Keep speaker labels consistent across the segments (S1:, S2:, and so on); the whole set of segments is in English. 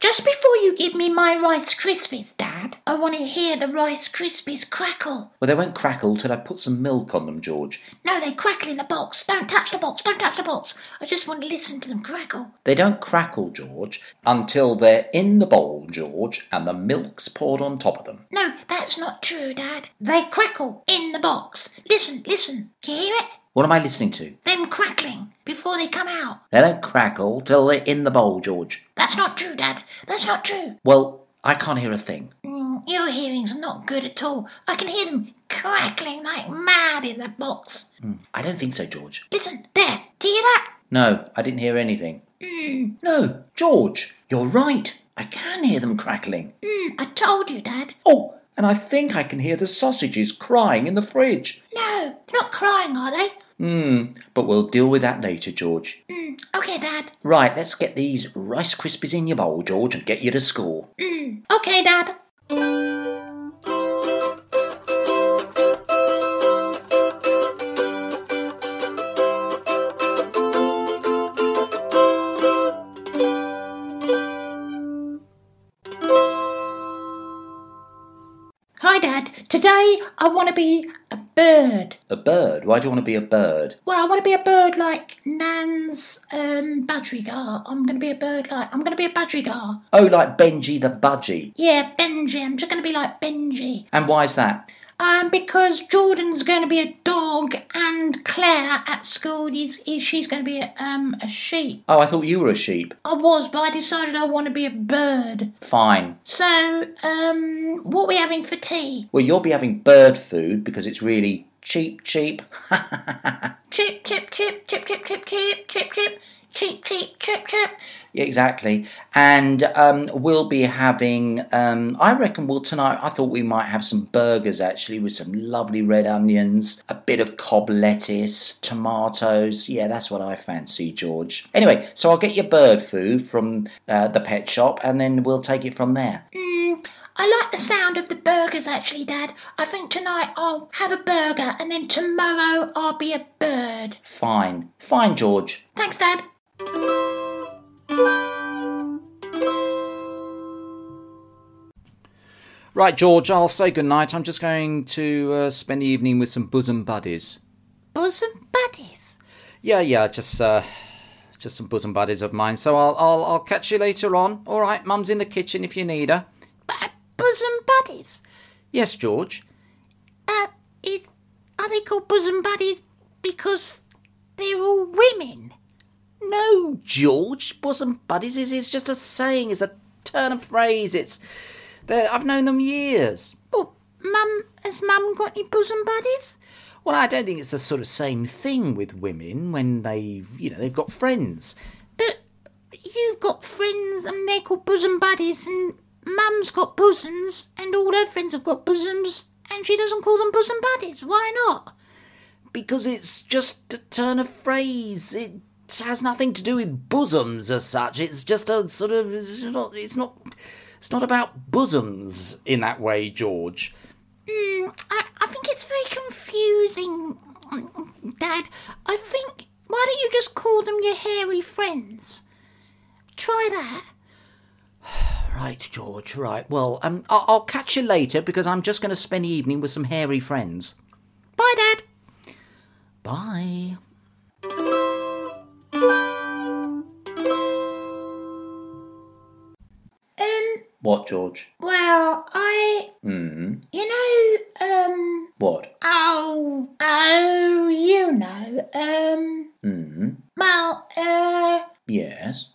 S1: Just before you give me my Rice Krispies, Dad, I want to hear the Rice Krispies crackle.
S2: Well, they won't crackle till I put some milk on them, George.
S1: No, they crackle in the box. Don't touch the box. Don't touch the box. I just want to listen to them crackle.
S2: They don't crackle, George, until they're in the bowl, George, and the milk's poured on top of them.
S1: No, that's not true, Dad. They crackle in the box. Listen, listen. Can you hear it?
S2: What am I listening to?
S1: Them crackling before they come out.
S2: They don't crackle till they're in the bowl, George.
S1: That's not true, Dad. That's not true.
S2: Well, I can't hear a thing.
S1: Mm, your hearing's not good at all. I can hear them crackling like mad in the box.
S2: I don't think so, George.
S1: Listen, there. Do you hear that?
S2: No, I didn't hear anything. Mm, No, George, you're right. I can hear them crackling.
S1: Mm, I told you, Dad.
S2: Oh, and I think I can hear the sausages crying in the fridge.
S1: No, they're not crying, are they?
S2: Hmm, but we'll deal with that later, George.
S1: Mm, okay, Dad.
S2: Right, let's get these Rice Krispies in your bowl, George, and get you to school.
S1: Mm, okay, Dad. Hi, Dad. Today I want to be a bird.
S2: A bird? Why do you want to be a bird?
S1: Well, I want to be a bird like Nan's um, budgerigar. I'm going to be a bird like. I'm going to be a budgerigar.
S2: Oh, like Benji the Budgie.
S1: Yeah, Benji. I'm just going to be like Benji.
S2: And why's that?
S1: Um, because Jordan's going to be a dog, and Claire at school is, is she's going to be a, um a sheep.
S2: Oh, I thought you were a sheep.
S1: I was, but I decided I want to be a bird.
S2: Fine.
S1: So, um, what are we having for tea?
S2: Well, you'll be having bird food because it's really cheap, cheap.
S1: Chip, chip, chip, chip, chip, chip, chip, chip, chip, chip, chip, chip, chip.
S2: Exactly. And um, we'll be having, um, I reckon, well, tonight, I thought we might have some burgers actually with some lovely red onions, a bit of cob lettuce, tomatoes. Yeah, that's what I fancy, George. Anyway, so I'll get your bird food from uh, the pet shop and then we'll take it from there.
S1: I like the sound of the burgers actually, Dad. I think tonight I'll have a burger and then tomorrow I'll be a bird.
S2: Fine. Fine, George.
S1: Thanks, Dad.
S2: Right, George, I'll say goodnight. I'm just going to uh, spend the evening with some bosom buddies.
S1: Bosom buddies.
S2: Yeah, yeah, just uh, just some bosom buddies of mine. So I'll, I'll I'll catch you later on. All right, Mum's in the kitchen if you need her.
S1: B- uh, bosom buddies.
S2: Yes, George.
S1: Uh, is, are they called bosom buddies because they're all women?
S2: No, George, bosom buddies is, is just a saying. It's a turn of phrase. It's they're- I've known them years.
S1: Well, Mum, has Mum got any bosom buddies?
S2: Well, I don't think it's the sort of same thing with women when they've you know they've got friends.
S1: But you've got friends and they're called bosom buddies, and Mum's got bosoms, and all her friends have got bosoms, and she doesn't call them bosom buddies. Why not?
S2: because it's just a turn of phrase. It has nothing to do with bosoms as such. It's just a sort of it's not it's not it's not about bosoms in that way, George.
S1: Mm, I, I think it's very confusing, Dad. I think. Why don't you just call them your hairy friends? Try that.
S2: Right, George. Right. Well, um, I'll, I'll catch you later because I'm just going to spend the evening with some hairy friends.
S1: Bye, Dad.
S2: Bye.
S1: Um,
S2: What, George?
S1: well, I.
S2: Hmm.
S1: You know, um.
S2: What?
S1: Oh, oh, you know, um.
S2: Hmm.
S1: Well, uh.
S2: Yes.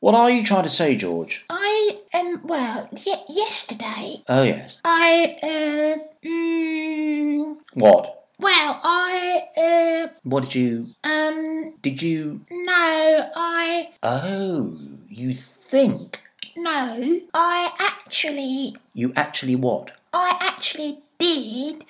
S2: What are you trying to say, George?
S1: I, um, well, y- yesterday,
S2: Oh yes.
S1: I, uh. Mm,
S2: What?
S1: well, I,
S2: What did you?
S1: uh. Um.
S2: Did you?
S1: No, I.
S2: Oh, you think
S1: No, I actually,
S2: You actually what?
S1: I actually did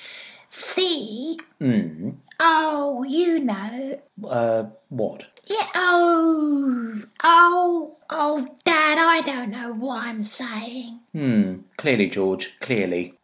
S1: see.
S2: Hmm.
S1: Oh, you know.
S2: Uh, what?
S1: Yeah. Oh, oh, oh, Dad. I don't know what I'm saying.
S2: Hmm. Clearly, George. Clearly.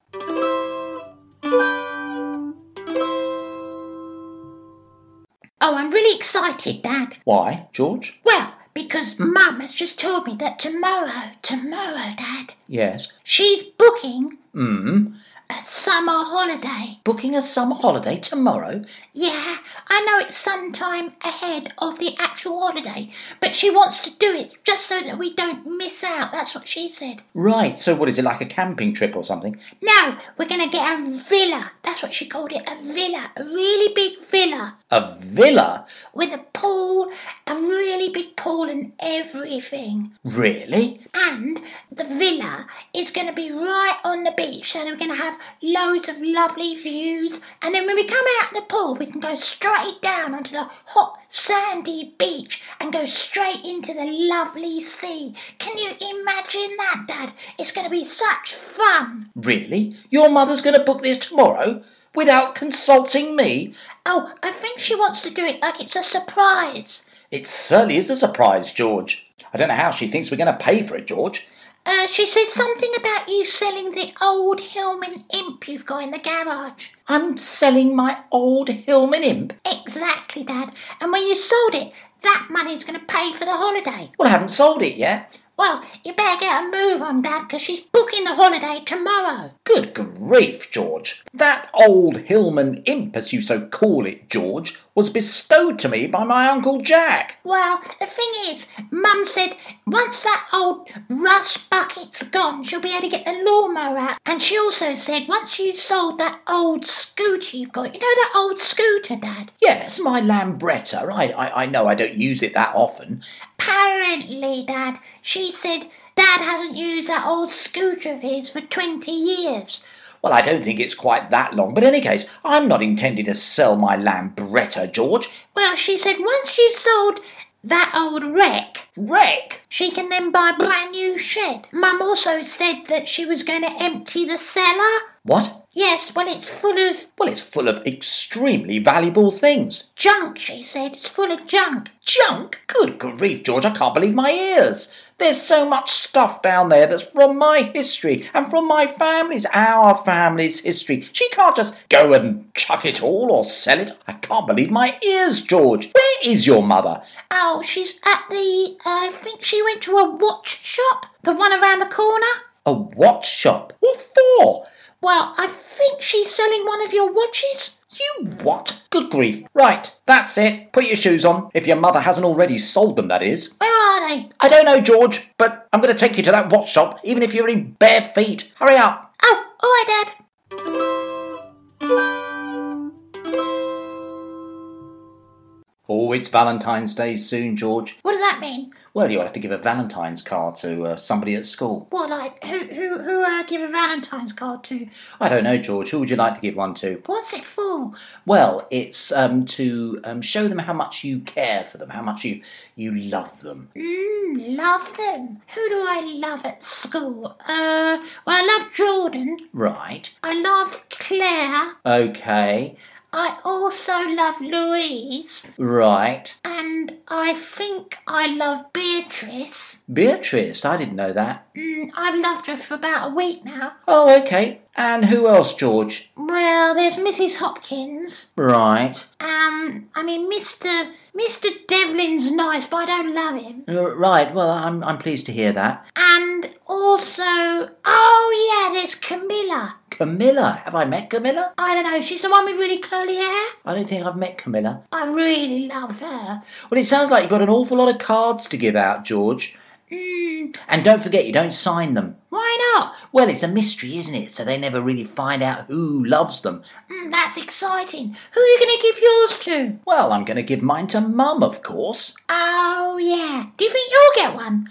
S1: Oh, I'm really excited, Dad.
S2: Why, George?
S1: Well, because Mum has just told me that tomorrow, tomorrow, Dad,
S2: Yes.
S1: she's booking
S2: Mm.
S1: a summer holiday.
S2: Booking a summer holiday tomorrow.
S1: Yeah, I know it's some time ahead of the actual holiday, but she wants to do it just so that we don't miss out. That's what she said.
S2: Right. So what is it like a camping trip or something?
S1: No, we're going to get a villa. That's what she called it a villa, a really big villa
S2: A villa?
S1: with a pool, a really big pool, and everything.
S2: Really?
S1: And the villa is going to be right on the beach, so we're going to have loads of lovely views. And then when we come out of the pool, we can go straight down onto the hot, sandy beach and go straight into the lovely sea. Can you imagine that, Dad? It's going to be such fun.
S2: Really? Your mother's going to book this tomorrow without consulting me?
S1: Oh, I think she wants to do it like it's a surprise.
S2: It certainly is a surprise, George. I don't know how she thinks we're going to pay for it, George.
S1: Uh, she said something about you selling the old Hillman imp you've got in the garage.
S2: I'm selling my old Hillman imp.
S1: Exactly, Dad. And when you sold it, that money's going to pay for the holiday.
S2: Well, I haven't sold it yet.
S1: Well, you better get a move on, Dad, because she's booking the holiday tomorrow.
S2: Good grief, George. That old Hillman imp, as you so call it, George, was bestowed to me by my Uncle Jack.
S1: Well, the thing is, Mum said once that old rust bucket's gone, she'll be able to get the lawnmower out. And she also said once you've sold that old scooter you've got, you know that old scooter, Dad?
S2: Yes, my Lambretta. I, I, I know I don't use it that often.
S1: Apparently, Dad, she said Dad hasn't used that old scooter of his for 20 years.
S2: Well, I don't think it's quite that long, but in any case, I'm not intending to sell my Lambretta, George.
S1: Well, she said once you've sold that old wreck,
S2: Wreck!
S1: she can then buy a brand new shed. Mum also said that she was going to empty the cellar.
S2: What?
S1: Yes, well, it's full of
S2: Well, it's full of extremely valuable things.
S1: junk, she said. It's full of junk.
S2: Junk? Good grief, George, I can't believe my ears. There's so much stuff down there that's from my history and from my family's, our family's history. She can't just go and chuck it all or sell it. I can't believe my ears, George. Where is your mother?
S1: Oh, she's at the. uh, I think she went to a watch shop, the one around the corner.
S2: A watch shop? What for?
S1: Well, I think she's selling one of your watches.
S2: You what? Good grief. Right, that's it. Put your shoes on. If your mother hasn't already sold them, that is.
S1: Where are they?
S2: I don't know, George, but I'm going to take you to that watch shop, even if you're in bare feet. Hurry up.
S1: Oh, all right, Dad.
S2: Oh, it's Valentine's Day soon, George.
S1: What does that mean?
S2: Well, you'll have to give a Valentine's card to uh, somebody at school.
S1: What, like, who, who, who would I give a Valentine's card to?
S2: I don't know, George. Who would you like to give one to?
S1: What's it for?
S2: Well, it's um, to um, show them how much you care for them, how much you you love them.
S1: Mm, love them. Who do I love at school? Uh, well, I love Jordan.
S2: Right.
S1: I love Claire.
S2: Okay.
S1: I also love Louise.
S2: Right.
S1: And I think I love Beatrice.
S2: Beatrice. I didn't know that.
S1: Mm, I've loved her for about a week now.
S2: Oh, okay. And who else, George?
S1: Well, there's Mrs. Hopkins.
S2: Right.
S1: Um, I mean, Mr. Mr. Devlin's nice, but I don't love him.
S2: Uh, Right. Well, I'm I'm pleased to hear that.
S1: And also, oh yeah, there's Camilla.
S2: Camilla. Have I met Camilla?
S1: I don't know, she's the one with really curly hair.
S2: I don't think I've met Camilla.
S1: I really love her.
S2: Well, it sounds like you've got an awful lot of cards to give out, George.
S1: Mm,
S2: And don't forget, you don't sign them.
S1: why not?
S2: Well, it's a mystery, isn't it? So they never really find out who loves them.
S1: Mm, that's exciting. Who are you going to give yours to?
S2: Well, I'm going to give mine to Mum, of course.
S1: Oh, yeah. Do you think you'll get one?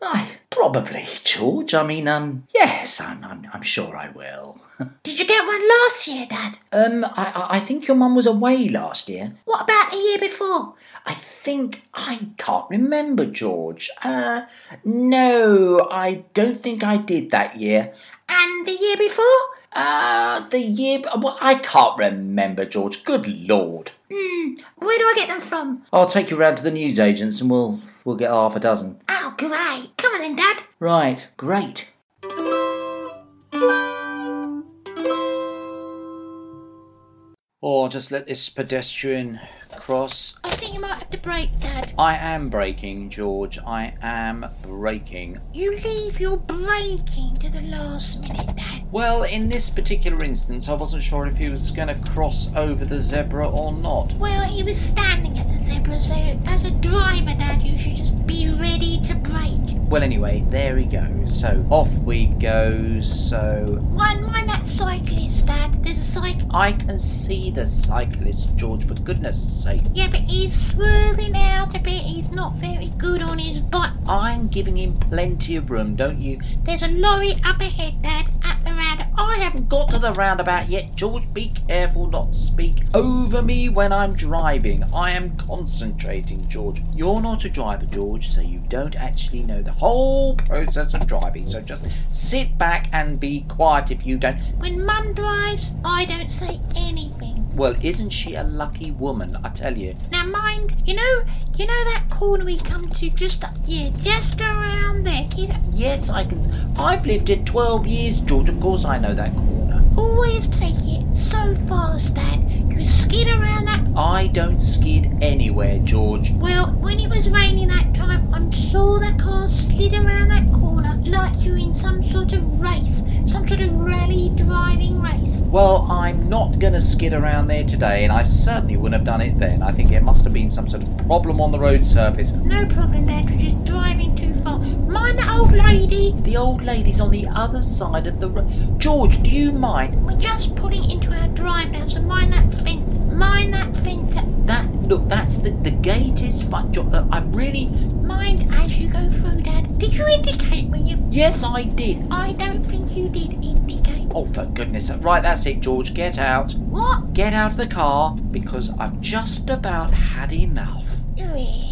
S2: I, probably, George. I mean, um, yes, I'm, I'm, I'm sure I will.
S1: Did you get one last year, Dad?
S2: Um, I, I- I think your mum was away last year.
S1: What about the year before?
S2: I think I can't remember, George. Uh, no, I don't think I did that year.
S1: And the year before?
S2: Uh, the year. Well, I can't remember, George. Good lord.
S1: Mm, where do I get them from?
S2: I'll take you round to the newsagents and we'll we'll get half a dozen.
S1: Oh, great. Come on then, Dad.
S2: Right, great. Oh, Or just let this pedestrian across.
S1: I think you might have to break, Dad.
S2: I am breaking, George. I am breaking.
S1: You leave your breaking to the last minute, Dad.
S2: Well, in this particular instance, I wasn't sure if he was going to cross over the zebra or not.
S1: Well, he was standing at the zebra, so as a driver, Dad, you should just be ready to brake.
S2: Well, anyway, there he goes. So off we go. So
S1: Mind, mind that cyclist, Dad. There's a cyclist.
S2: I can see the cyclist, George, for goodness sake.
S1: Yeah, but he's swerving out a bit. He's not very good on his bike.
S2: I'm giving him plenty of room, don't you?
S1: There's a lorry up ahead, Dad, at the round.
S2: I haven't got to the roundabout yet, George. Be careful not to speak over me when I'm driving. I am concentrating, George. You're not a driver, George, so you don't actually know the whole process of driving. So just sit back and be quiet if you don't.
S1: When Mum drives, I don't say anything.
S2: Well, isn't she a lucky woman? I tell you.
S1: Now, mind, you know, you know that corner we come to just up, yeah, just around there. He's
S2: Yes, I can. I've lived it 12 years, George. Of course, I know that corner.
S1: always take it so fast, Dad. You skid around that.
S2: I don't skid anywhere, George.
S1: Well, when it was raining that time, I'm sure that car slid around that corner like you're in some sort of race, some sort of rally driving race.
S2: Well, I'm not going to skid around there today, and I certainly wouldn't have done it then. I think there must have been some sort of problem on the road surface.
S1: No problem, Dad. You're just driving too far. Mind that old lady.
S2: The old lady's on the other side of the road. George, do you mind?
S1: We're just pulling into our drive now, so mind that fence. Mind that fence.
S2: That look, that's the the gate is fine. George, look, I'm really.
S1: Mind as you go through, Dad. Did you indicate when you?
S2: Yes, I did.
S1: I don't think you did indicate.
S2: Oh, for goodness' sake. Right, that's it, George. Get out.
S1: What?
S2: Get out of the car because I've just about had enough.
S1: Really?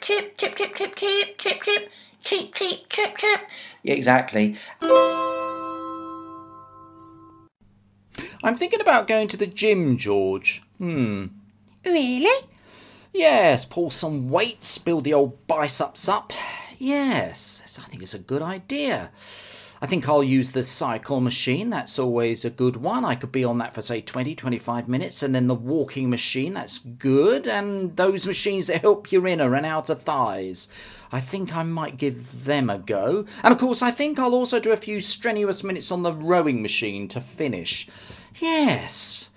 S1: Chip, chip, chip, chip, chip, chip, chip, chip, chip, chip, chip.
S2: Exactly. I'm thinking about going to the gym, George. Hmm.
S1: Really?
S2: Yes, pull some weights, build the old biceps up. Yes, yes, I think it's a good idea. I think I'll use the cycle machine. That's always a good one. I could be on that for, say, 20, 25 minutes. And then the walking machine, that's good. And those machines that help your inner and outer thighs. I think I might give them a go. And of course, I think I'll also do a few strenuous minutes on the rowing machine to finish. Yes.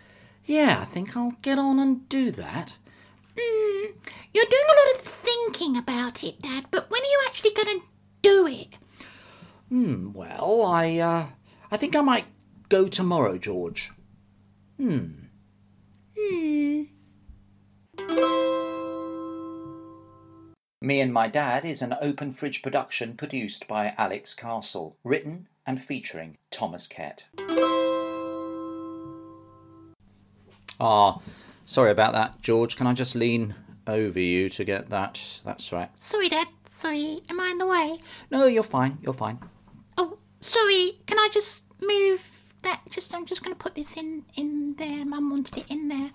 S2: Yeah, I think I'll get on and do that.
S1: You're doing a lot of thinking about it, Dad, but when are you actually going to do it?
S2: Well, I uh, I think I might go tomorrow, George. Hmm. Hmm. Me and My Dad is an open fridge production produced by Alex Castle, written and featuring Thomas Kett. Ah, sorry about that, George. Can I just lean over you to get that? That's right.
S1: Sorry, Dad. Sorry, am I in the way?
S2: No, you're fine. You're fine.
S1: Oh, sorry. Can I just move that? Just I'm just going to put this in in there. Mum wanted it in there.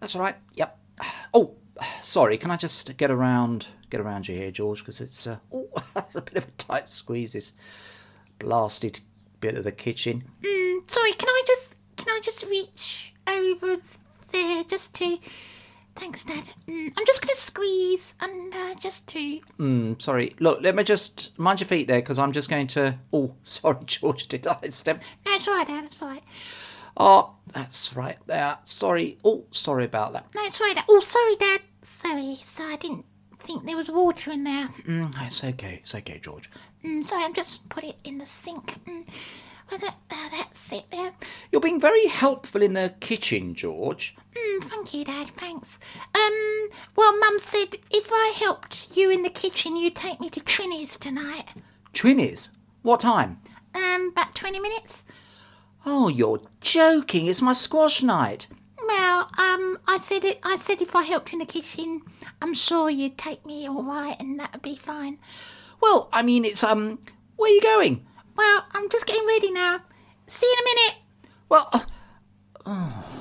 S2: That's all right. Yep. Oh, sorry. Can I just get around get around you here, George? Because it's uh, oh, it's a bit of a tight squeeze. This blasted bit of the kitchen.
S1: Mm, sorry. Can I just can I just reach over there just to? Thanks, Dad. Mm, I'm just going to squeeze under just to.
S2: Mm, sorry. Look, let me just mind your feet there, because I'm just going to. Oh, sorry, George. Did I step?
S1: No, it's all right, Dad. It's all right.
S2: Oh, that's right there. Sorry. Oh, sorry about that.
S1: No, it's all right. Dad. Oh, sorry, Dad. Sorry. So I didn't think there was water in there.
S2: Mm, it's okay. It's okay, George.
S1: Mm, sorry, I'm just put it in the sink. Mm, was it? Oh, that's it there.
S2: You're being very helpful in the kitchen, George.
S1: Mm, thank you, Dad. Thanks. Um, well, Mum said if I helped you in the kitchen, you'd take me to Trini's tonight.
S2: Trinnies. What time?
S1: Um, about 20 minutes.
S2: Oh, you're joking. It's my squash night.
S1: Well, um, I said it. I said if I helped you in the kitchen, I'm sure you'd take me all right, and that'd be fine.
S2: Well, I mean, it's um. Where are you going?
S1: Well, I'm just getting ready now. See you in a minute.
S2: Well, uh, Oh.